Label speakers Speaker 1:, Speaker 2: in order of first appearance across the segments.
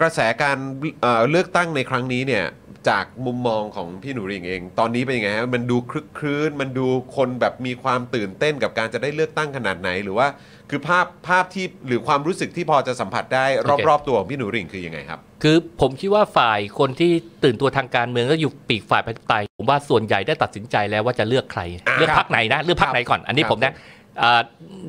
Speaker 1: กระแสการเอ่อเลือกตั้งในครั้งนี้เนี่ยจากมุมมองของพี่หนูริ่งเอง ตอนนี้เป็นยังไงฮะมันดูคลึกครื้น มันดูคนแบบมีความตื่นเต้นกับการจะได้เลือกตั้งขนาดไหน หรือว่าคือภาพภาพที่หรือความรู้สึกที่พอจะสัมผัสได้
Speaker 2: โอเค
Speaker 1: รอบๆตัวของพี่หนูริ่งคือยังไงครับ
Speaker 2: คือผมคิดว่าฝ่ายคนที่ตื่นตัวทางการเมืองก็อยู่ปีกฝ่ายประชาธิปไตยผมว่าส่วนใหญ่ได้ตัดสินใจแล้วว่าจะเลือกใคร
Speaker 1: อ่า
Speaker 2: เลือกพักไหนนะเลือกพักไหนก่อน อันนี้
Speaker 1: ครับ
Speaker 2: ผมนะเอ่อ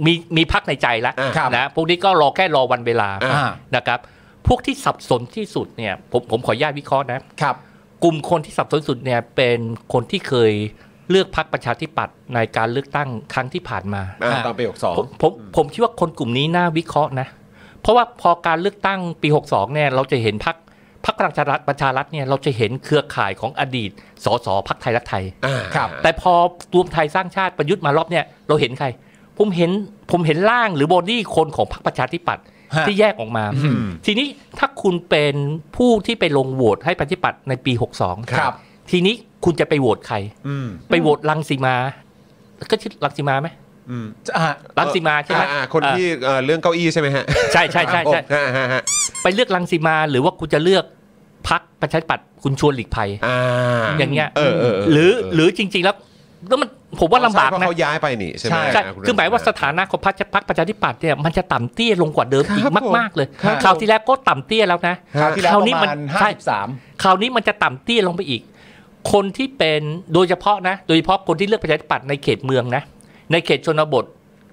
Speaker 2: มีมีพักในใจแล้ว
Speaker 1: อ่าครับ
Speaker 2: นะพวกนี้ก็รอแค่รอวันเวลา
Speaker 1: อ่า
Speaker 2: นะครับพวกที่สับสนที่สุดเนี่ยผมผมขออนุญาตวิเคราะห์นะ
Speaker 3: ครับ
Speaker 2: กลุ่มคนที่สับสนสุดเนี่ยเป็นคนที่เคยเลือกพักประชาธิปัตย์ในการเลือกตั้งครั้งที่ผ่านมา
Speaker 1: อ่า
Speaker 3: อ่า
Speaker 1: ตอนปีหกสอง
Speaker 2: ผมผมผมคิดว่าคนกลุ่มนี้น่าวิเคราะห์นะ เพราะว่าพอการเลือกตั้งปี 62 เนี่ยเราจะเห็นพักพักพลังประชารัฐประชารัฐเนี่ยเราจะเห็นเครือข่ายของอดีตสสพักไทยรักไทย
Speaker 1: อ่า
Speaker 3: ครับ
Speaker 2: แต่พอรวมไทยสร้างชาติประยุทธ์มารอบเนี่ยเราเห็นใคร ผมเห็นผมเห็นร่างหรือบอดี้คนของพรรคประชาธิปัตย์
Speaker 3: ฮะ
Speaker 2: ที่แยกออกมา
Speaker 1: อืม
Speaker 2: ทีนี้ถ้าคุณเป็นผู้ที่ไปลงโหวตให้ประชาธิปัตย์ในปี 62
Speaker 1: ครับ
Speaker 2: ทีนี้คุณจะไปโหวตใคร
Speaker 1: อืม
Speaker 2: ไปโหวตลังสีมา ก็ชื่อลังสีมาไหม
Speaker 1: อืม
Speaker 3: อ่า
Speaker 2: ลังสีมาใช่ไหม
Speaker 1: อ่อ่คนที่เอ่อเรื่องเก้าอี้ใช่ไหมฮะ
Speaker 2: ใช่ใช่ใช่ใช่
Speaker 1: อ่าฮะฮะ
Speaker 2: ไปเลือกลังสีมาหรือว่าคุณจะเลือกพักประชาธิปัตย์คุณชวนหลีกภัย
Speaker 1: อ่า
Speaker 2: อย่างเงี้ย
Speaker 1: เออเออเห
Speaker 2: รือหรือจริง ๆ แล้วแล้วมันผมว่าลำบาก
Speaker 1: เพระ
Speaker 2: นะ
Speaker 1: เขาย้ายไปนี่ใช่ไหม
Speaker 3: ใช่
Speaker 2: ใช่
Speaker 1: ะณ
Speaker 2: คือหมายว่าสถานะของพรรคพรรคประชาธิปัตย์เนี่ยมันจะต่ำเตี้ยลงกว่าเดิมอีกมากๆเลย
Speaker 3: ครับ
Speaker 2: คราวที่แล้วก็ต่ำเตี้ยแล้วนะ
Speaker 3: คราวที่แล้ว
Speaker 2: คราวนี้
Speaker 3: ประ
Speaker 2: มั
Speaker 3: มาณ
Speaker 2: น
Speaker 3: ห้า
Speaker 2: ใช่
Speaker 3: สิบสาม
Speaker 2: คราวนี้มันจะต่ำเตี้ยลงไปอีก คนที่เป็นโดยเฉพาะนะ โดยเฉพาะคนที่เลือกประชาธิปัตย์ในเขตเมืองนะ ในเขตชนบท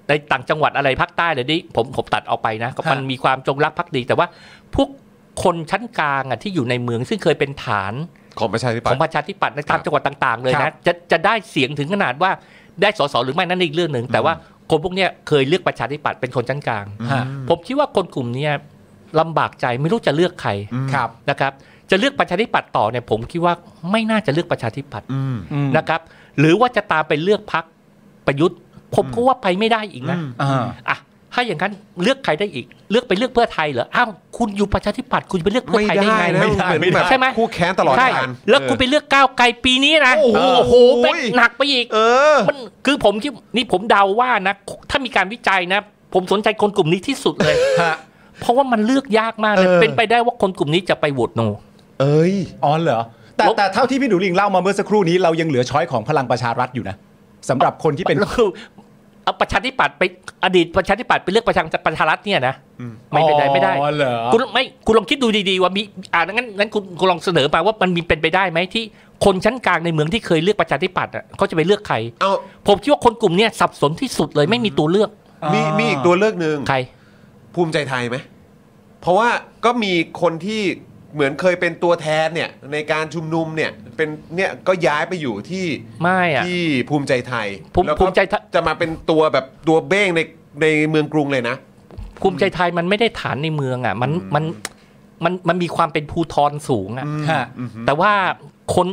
Speaker 2: ในต่างจังหวัดอะไรภาคใต้เลยนี่ผมผมตัดออกไปนะก็มัน
Speaker 3: ฮะ
Speaker 2: มีความจงรักภักดี แต่ว่าพวกคนชั้นกลางอ่ะที่อยู่ในเมืองซึ่งเคยเป็นฐาน
Speaker 1: ของประชาธิ
Speaker 2: ข
Speaker 1: ปัต
Speaker 2: อง
Speaker 1: ย์
Speaker 2: ประชาธิปัตย์ในตาม
Speaker 1: ครับ
Speaker 2: จังหวัดต่างๆ เลยนะจะจะได้เสียงถึงขนาดว่าได้สสหรือไม่นั่นอีกเรื่องหนึ่งแต่ว่าคนพวกเนี้ยเคยเลือกประชาธิปัตย์เป็นคนชั้นกลาง
Speaker 3: ฮะ
Speaker 2: ผมคิดว่าคนกลุ่มเนี้ยลำบากใจไม่รู้จะเลือกใคร
Speaker 3: ครับ
Speaker 2: นะครับจะเลือกประชาธิปัตย์ต่อเนี่ยผมคิดว่าไม่น่าจะเลือกประชาธิปัตย์
Speaker 1: อืม
Speaker 3: อืม
Speaker 2: นะครับ หรือว่าจะตามไปเลือกพักประยุทธ์ ผมก็ว่าไปไม่ได้อีกนะ
Speaker 1: อืม
Speaker 3: อ่า
Speaker 2: อ่ะถ้าอย่างนั้นเลือกใครได้อีก เลือกไปเลือกเพื่อไทยเหรออ้าวคุณอยู่ประชาธิปัตย์คุณจะไปเลือกเพื่อ
Speaker 1: ไม่
Speaker 2: ไทยได้
Speaker 1: ได้
Speaker 2: ไง
Speaker 1: นะ
Speaker 3: ไม่ได้
Speaker 1: เหมือน
Speaker 3: ไม่ได้
Speaker 1: แบบ
Speaker 2: ใช่ไหม
Speaker 1: คู่แค้นตลอด
Speaker 2: ใช่
Speaker 1: การ
Speaker 2: แล้ว
Speaker 1: เออ
Speaker 2: คุณไปเลือกก้าวไกลปีนี้นะ
Speaker 1: โอ้โห
Speaker 2: เป็นหนักไปอีก
Speaker 1: เออ
Speaker 2: มันคือผมคิดนี่ผมเดาว่านะ ถ้ามีการวิจัยนะ ผมสนใจคนกลุ่มนี้ที่สุดเลย
Speaker 3: ฮะ
Speaker 2: เพราะว่ามันเลือกยากมากเลย
Speaker 1: เออ
Speaker 2: เป็นไปได้ว่าคนกลุ่มนี้จะไปโหวตโน
Speaker 1: เอ้ย
Speaker 3: อ๋อเหรอแต่
Speaker 2: ลบ
Speaker 3: แต่เท่าที่พี่หนูลิงเล่ามาเมื่อสักครู่นี้เรายังเหลือช้อยของพลังประชารัฐอยู่นะสำหรับคนที่เป็น
Speaker 2: แล้วคือเอาประชาธิปัตย์ไปอดีตประชาธิปัตย์ไปเลือกประชาประชารัฐเนี่ยนะ
Speaker 1: อืม
Speaker 2: ไม่เป็นได้ไม่ได้
Speaker 3: อ๋อเหรอ
Speaker 2: คุณไม่คุณลองคิดดูดีๆว่ามีอ่างั้นงั้นคุณคุณลองเสนอมาว่ามันมีเป็นไปได้ไหมที่คนชั้นกลางในเมืองที่เคยเลือกประชาธิปัตย์อ่ะเขาจะไปเลือกใคร
Speaker 1: เอา
Speaker 2: ผมคิดว่าคนกลุ่มเนี้ยสับสนที่สุดเลยไม่มีตัวเลือก
Speaker 1: มีมีอีกตัวเลือกหนึ่ง
Speaker 2: ใคร
Speaker 1: ภูมิใจไทยไหม เพราะว่าก็มีคนที่เหมือนเคยเป็นตัวแทนเนี่ย ในการชุมนุมเนี่ย เป็นเนี่ยก็ย้ายไปอยู่ที่
Speaker 2: ไม่อ่ะ
Speaker 1: ที่ภูมิใจไทย
Speaker 2: ภูมิ
Speaker 1: แล้วก็
Speaker 2: ภูมิใจไทย
Speaker 1: จะมาเป็นตัวแบบตัวเบ้งในในเมืองกรุงเลยนะ
Speaker 2: ภูมิใจไทยมันไม่ได้ฐานในเมืองอ่ะมันมันมันมันมีความเป็นภูทรสูงอ่ะ
Speaker 3: ฮะ
Speaker 2: แต่ว่าคน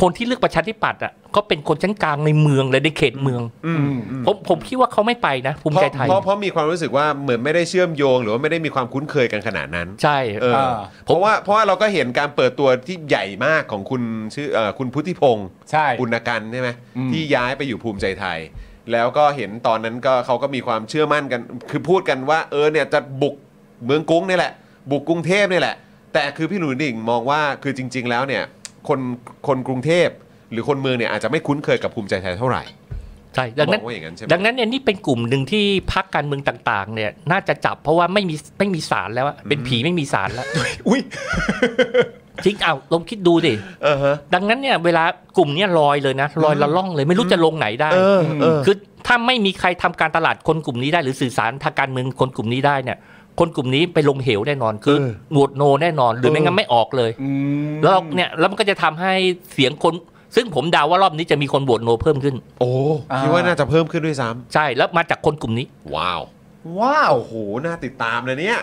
Speaker 2: คนที่เลือกประชาธิปัตย์อ่ะก็เป็นคนชั้นกลางในเมืองเลยในเขตเมือง
Speaker 1: อืม
Speaker 2: ผมผมคิดว่าเขาไม่ไปนะ ภูมิใจไทย
Speaker 1: เพราะเพราะเพราะมีความรู้สึกว่าเหมือนไม่ได้เชื่อมโยง หรือว่าไม่ได้มีความคุ้นเคยกันขนาดนั้น
Speaker 2: ใช่
Speaker 1: เออ
Speaker 3: อ่า
Speaker 1: เพราะว่าเพราะว่าเราก็เห็นการเปิดตัวที่ใหญ่มากของคุณชื่อเอ่อคุณพุทธิพงศ์
Speaker 3: ใช่
Speaker 1: ปุณกันใช่ไหม
Speaker 3: อืม
Speaker 1: ที่ย้ายไปอยู่ภูมิใจไทย แล้วก็เห็นตอนนั้นก็เขาก็มีความเชื่อมั่นกัน คือพูดกันว่า เออเนี่ยจะบุกเมืองกรุงนี่แหละ บุกกรุงเทพนี่แหละ แต่คือพี่หนุ่ยดิ่งมองว่าคือจริง ๆ แล้วเนี่ยคนคนกรุงเทพหรือคนเมืองเนี่ยอาจจะไม่คุ้นเคยกับภูมิใจไทยเท่าไหร่
Speaker 2: ใช่ดังนั้น
Speaker 1: มอว่าอย่างนั้นใช่ไหม
Speaker 2: ดังนั้นเนี่ยนี่เป็นกลุ่มหนึ่งที่พักการเมืองต่างๆ เนี่ยน่าจะจับเพราะว่าไม่มีไม่มีสารแล้วอะเป็นผีไม่มีสารแล้ว
Speaker 3: อุ้ย
Speaker 2: จริงเอาลองคิดดูดิ
Speaker 1: เออฮะ
Speaker 2: ดังนั้นเนี่ยเวลากลุ่มเนี่ยลอยเลยนะลอยละล่องเลยไม่รู้จะลงไหนได้
Speaker 1: เออเออ
Speaker 2: คือถ้าไม่มีใครทำการตลาดคนกลุ่มนี้ได้ หรือสื่อสารทางการเมืองคนกลุ่มนี้ได้เนี่ย คนกลุ่มนี้ไปลงเหวแน่นอน คือ
Speaker 1: เออ
Speaker 2: โหวตโนแน่นอน หรือไม่งั้นไม่ออกเลย แล้วเราเนี่ยแล้วมันก็จะทำให้เสียงคน ซึ่งผมเดาว่ารอบนี้จะมีคนโหวตโนเพิ่มขึ้น
Speaker 1: โอ้
Speaker 3: อ่า
Speaker 1: คิดว่าน่าจะเพิ่มขึ้นด้วยซ้
Speaker 2: ใช่แล้วมาจากคนกลุ่มนี้
Speaker 1: ำว้าว
Speaker 3: ว้าว
Speaker 1: โอ้โห น่าติดตามนะเนี่ย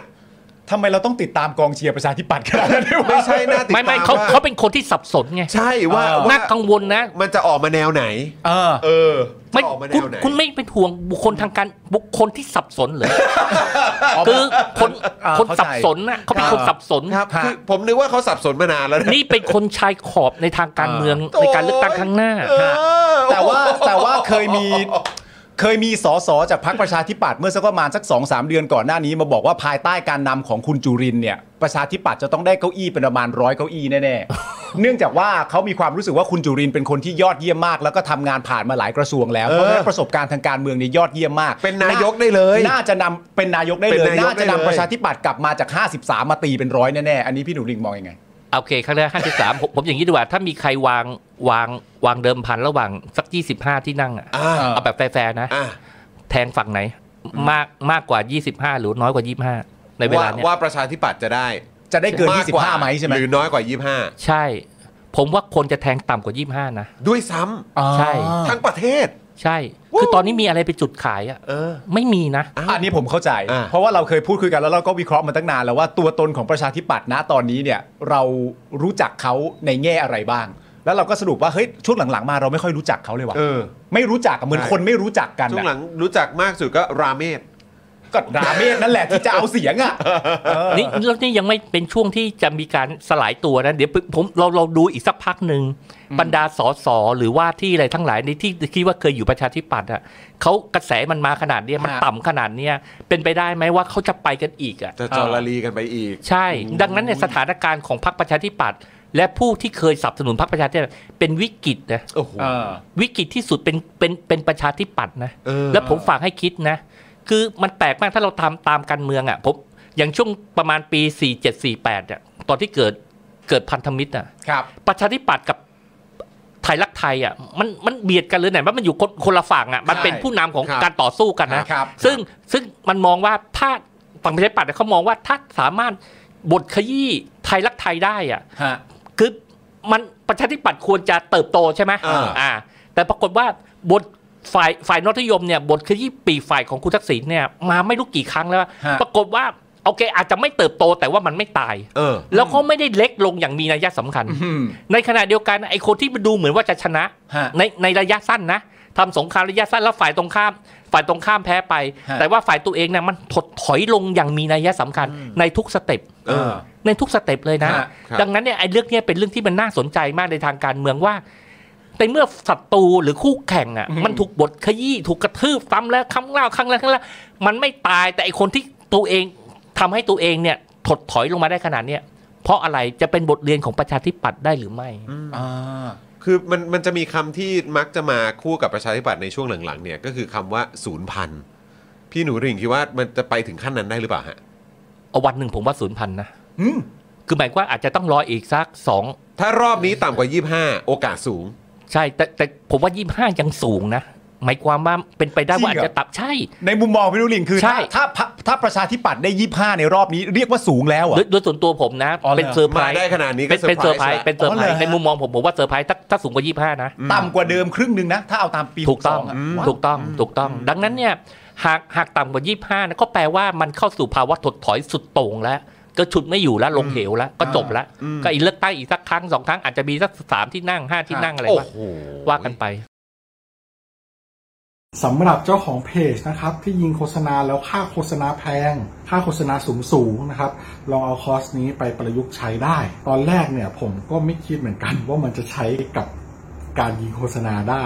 Speaker 3: ทำไมเราต้องติดตามกองเชียร์ประชาธิปัตย์ขนาดนั้นด้วยวะ
Speaker 1: ไม่ใช่น่าติดตาม
Speaker 2: ไม่ไม่เขา
Speaker 1: ว่
Speaker 2: เขาเป็นคนที่สับสนไง
Speaker 1: ใช่ว่า
Speaker 3: เออ
Speaker 1: ว่า
Speaker 2: น่ากังวลนะ
Speaker 1: มันจะออกมาแนวไหน
Speaker 3: เออ
Speaker 1: เออ
Speaker 2: ไม่
Speaker 1: จะออกมาแน
Speaker 2: คุณ
Speaker 1: วไหน
Speaker 2: คุณไม่เป็นห่วงบุคคลทางการบุคคลที่สับสนเหรอ คือคน
Speaker 3: อ่า
Speaker 2: คน
Speaker 3: เข้าใจ
Speaker 2: สับสนนะเขาเป็นคนสับสน
Speaker 1: ครับ
Speaker 3: ฮะ
Speaker 1: คือผมนึกว่าเขาสับสนมานานแล้วนะ
Speaker 2: นี่เป็นคนชายขอบในทางการเมืองในการเลือกตั้งครั้งหน้า
Speaker 1: เออ
Speaker 3: แต่ว่าแต่ว่าเคยมี เคยมีสสจากพรรคประชาธิปัตย์เมื่อสักประมาณสัก2อสเดือนก่อนหน้านี้มาบอกว่าภายใต้การนำของคุณจุรินทร์เนี่ยประชาธิปัตย์จะต้องได้เก้าอี้เป็นประมาณร้อยเก้าอี้แน่ๆ เนื่องจากว่าเขามีความรู้สึกว่าคุณจุรินทร์เป็นคนที่ยอดเยี่ยมมาก แล้วก็ทำงานผ่านมาหลายกระทรวงแล้ว
Speaker 1: เออ
Speaker 3: เพราะฉะนั้นประสบการณ์ทางการเมืองเนี่ยยอดเยี่ยมมาก
Speaker 1: เป็นนายกได้เลย
Speaker 3: น่าจะนำเป็นนายกได้เล
Speaker 1: เป็
Speaker 3: ย
Speaker 1: นนายก
Speaker 3: น่าจะ
Speaker 1: ได้
Speaker 3: นำ
Speaker 1: เลย
Speaker 3: ประชาธิปัตย์กลับมาจาก 53 มาตีเป็นร้อยแน่ๆอันนี้พี่หนูริงมองยังไง
Speaker 2: โอเคครั้งแรกห้าสิบสามผมผมอย่างนี้ดีกว่า ถ้ามีใครวางวางวางเดิมพันระหว่างสักยี่สิบห้าที่นั่งอะ
Speaker 1: อ่า
Speaker 2: เอาแบบแฟร์ๆนะ
Speaker 1: อ่า
Speaker 2: แทงฝั่งไหน มากมากกว่า 25 หรือน้อยกว่า 25 ในเวลาเนี้ย
Speaker 1: ว่าประชาธิปัตย์จะได้
Speaker 3: จะได้เกิน
Speaker 1: มว่
Speaker 3: 25ไหมใช่ไหม
Speaker 1: หรือน้อยกว่า
Speaker 2: ใช่ ผมว่าคนจะแทงต่ำกว่า 25 นะ
Speaker 1: 25 ด้วยซ้ำ
Speaker 2: ใช่
Speaker 3: อ่า
Speaker 1: ทั้งประเทศ
Speaker 2: ใช่ คือตอนนี้มีอะไรเป็นจุดขายอะ
Speaker 1: เออ
Speaker 2: ไม่มีนะ
Speaker 3: อันนี้ผมเข้าใจ
Speaker 1: อ่า
Speaker 3: เพราะว่าเราเคยพูดคุยกันแล้วเราก็วิเคราะห์มาตั้งนานแล้วว่าตัวตนของประชาธิปัตย์นะตอนนี้เนี่ยเรารู้จักเขาในแง่อะไรบ้าง แล้วเราก็สรุปว่าเฮ้ยช่วงหลังๆมาเราไม่ค่อยรู้จักเขาเลยว่ะ
Speaker 1: เออ
Speaker 3: ไม่รู้จักอะเหมือน
Speaker 1: ใช่
Speaker 3: คนไม่รู้จักกัน
Speaker 1: ช่วงห
Speaker 3: อะ
Speaker 1: ลังรู้จักมากสุดก็ราเมศ
Speaker 3: ก็ราเมศนั่นแหละที่จะเอาเสียงอ่ะ
Speaker 2: นี่แล้วนี่ยังไม่เป็นช่วงที่จะมีการสลายตัวนะ เดี๋ยวผมเราเราดูอีกสักพักหนึ่งบรรดาสสหรือว่าที่อะไรทั้งหลายในที่คิดว่าเคยอยู่ประชาธิปัตย์อ่ะเขากระแสมันมาขนาดเนี้ยมันต่ำขนาดเนี้ยเป็นไปได้ไหมว่าเขาจะไปกันอีกอ่ะ
Speaker 1: จะจอรลีกันไปอีก
Speaker 2: ใช่ ดังนั้นในยสถานการณ์ของพรรคประชาธิปัตย์และผู้ที่เคยสนับสนุนพรรคประชาธิปัตย์เป็นวิกฤตนะ
Speaker 1: โอ้โห
Speaker 3: เออ
Speaker 2: วิกฤตที่สุดเป็นเป็นเป็นประชาธิปัตย์นะ
Speaker 1: เออ
Speaker 2: และผมฝากให้คิดนะ คือมันแปลกมากถ้าเราทำตามการเมืองอ่ะผมอย่างช่วงประมาณปี 4748เนี่ยตอนที่เกิดเกิดพันธมิตรอ่ะ
Speaker 3: ครับ
Speaker 2: ประชาธิปัตย์กับไทยรักไทยอ่ะมันมันเบียดกันหรือไหนว่ามันอยู่คนคนละฝั่งอ่ะมันเป็น
Speaker 3: ใช่
Speaker 2: ผู้นำของ
Speaker 1: ครับ
Speaker 2: การต่อสู้กันนะ
Speaker 3: ครับ
Speaker 2: ซึ่งซึ่งมันมองว่าถ้าฝั่งประชาธิปัตย์เนี่ยเขามองว่าถ้าสามารถบทขยี้ไทยรักไทยได้อ่ะ
Speaker 3: ฮะ
Speaker 2: คือมันประชาธิปัตย์ควรจะเติบโตใช่ไหม
Speaker 1: อ่า
Speaker 2: อ่า แต่ปรากฏว่าบทฝ่ายฝ่ายนอนิยมเนี่ยบทขยี้ปีกฝ่ายของคุณทักษิณเนี่ยมาไม่รู้กี่ครั้งแล้ว
Speaker 3: ฮะ
Speaker 2: ปรากฏว่าโอเคอาจจะไม่เติบโตแต่ว่ามันไม่ตาย
Speaker 1: เออ
Speaker 2: แล้วก็ไม่ได้เล็กลงอย่างมีนัยสำคัญ
Speaker 3: อืม
Speaker 2: ในขณะเดียวกันไอ้คนที่ดูเหมือนว่าจะชนะ
Speaker 3: ฮะ
Speaker 2: ในในระยะสั้นนะทำสงครามระยะสั้นแล้วฝ่ายตรงข้าม ฝ่ายตรงข้ามแพ้ไป
Speaker 3: ฮะ
Speaker 2: แต่ว่าฝ่ายตัวเองเนี่ยมันถดถอยลงอย่างมีนัยสำคัญ ในทุกสเต็ป
Speaker 1: เออ
Speaker 2: ในทุกสเต็ปเลยนะ
Speaker 3: ฮะ
Speaker 1: ครับ
Speaker 2: ดังนั้นเนี่ยไอ้เรื่องเนี้ยเป็นเรื่องที่มันน่าสนใจมากในทางการเมืองว่าในเมื่อศัตรูหรือคู่แข่งอ่ะมันถูกบทขยี้ถูกกระทืบซ้ำแล้วครั้งแล้วครั้งแล้วครั้งแล้วมันไม่ตายแต่ไอ้คนที่ตัวเองทำให้ตัวเองเนี่ยถดถอยลงมาได้ขนาดเนี้ยเพราะอะไรจะเป็นบทเรียนของประชาธิปัตย์ได้หรือไม่
Speaker 3: อ่า
Speaker 1: คือมันมันจะมีคำที่มักจะมาคู่กับประชาธิปัตย์ในช่วงหลังๆเนี่ยก็คือคำว่าศูนย์พันพี่หนูหริ่งคิดว่ามันจะไปถึงขั้นนั้นได้หรือเปล่าฮะ
Speaker 2: เอาวันหนึ่งผมว่าศูนย์พันนะ
Speaker 3: อืม
Speaker 2: คือหมายความว่าอาจจะต้องรออีกสักสอง
Speaker 1: ถ้ารอบนี้ต่ำกว่า 25 โอกาสสูง
Speaker 2: ใช่ แต่แต่ผมว่ายี่ห้ายังสูงนะ หมายความว่าเป็นไปได้ว่าอาจจะตับใช่
Speaker 3: ในมุมมองพี่หนุริงคือ
Speaker 2: ใช่
Speaker 3: ถ้าถ้าพรรคถ้าประชาธิปัตย์ได้ยี่ห้าในรอบนี้เรียกว่าสูงแล้วเหร
Speaker 2: โด
Speaker 3: อ่ะ
Speaker 2: ยโดยส่วนตัวผมนะ
Speaker 3: อ๋อเหรอ
Speaker 2: เป็นเซอร์ไพร
Speaker 1: มา
Speaker 2: ส์
Speaker 1: ได้ขนาดนี้ก็
Speaker 2: เป็นเป็นเซอร์ไพรส์เป็นเซอร์ไพร
Speaker 3: อ๋อเหร
Speaker 2: ส์
Speaker 3: อ
Speaker 2: ในมุมมองผมผมว่าเซอร์ไพรส์ถ้าถ้าสูงกว่ายี่ห้านะ
Speaker 3: ต่ำกว่าเดิมครึ่งหนึ่งนะถ้าเอาตามปี
Speaker 2: ถูกต้อง
Speaker 3: 62ะ
Speaker 2: ถูกต้องถูกต้อง ดังนั้นเนี่ยหากหากต่ำกว่ายี่ห้านะก็แปลว่ามันเข้าสู่ภาวะถดถอยสุดโต่งแล้ว ก็ชุดไม่อยู่แล้วลงเหวแล้วก็จบแล้ว ก็อีกเลือกตั้งอีกสักครั้งสองครั้งอาจจะมีสักสามที่นั่งห้าที่นั่งอะไร
Speaker 1: โอ้
Speaker 2: ว่า
Speaker 1: โห
Speaker 2: ว่ากันไป
Speaker 4: สำหรับเจ้าของเพจนะครับที่ยิงโฆษณาแล้วค่าโฆษณาแพง ค่าโฆษณาสูงสูงๆนะครับลองเอาคอร์สนี้ไปประยุกต์ใช้ได้ ตอนแรกเนี่ยผมก็ไม่คิดเหมือนกัน ว่ามันจะใช้กับการยิงโฆษณาได้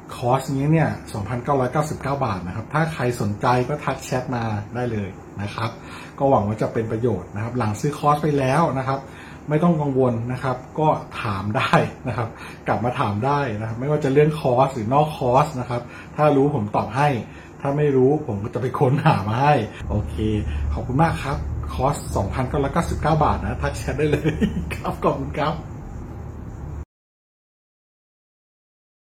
Speaker 4: คอร์สนี้เนี่ย 2,999 บาทนะครับ ถ้าใครสนใจก็ทักแชทมาได้เลยนะครับ ก็หวังว่าจะเป็นประโยชน์นะครับ หลังซื้อคอร์สไปแล้วนะครับ ไม่ต้องกังวลนะครับ ก็ถามได้นะครับ กลับมาถามได้นะครับ ไม่ว่าจะเรื่องคอร์สหรือนอกคอร์สนะครับ ถ้ารู้ผมตอบให้ ถ้าไม่รู้ผมก็จะไปค้นหามาให้ โอเค ขอบคุณมากครับ คอร์ส 2,999 บาทนะ ทักแชทได้เลย ครับขอบคุณครับ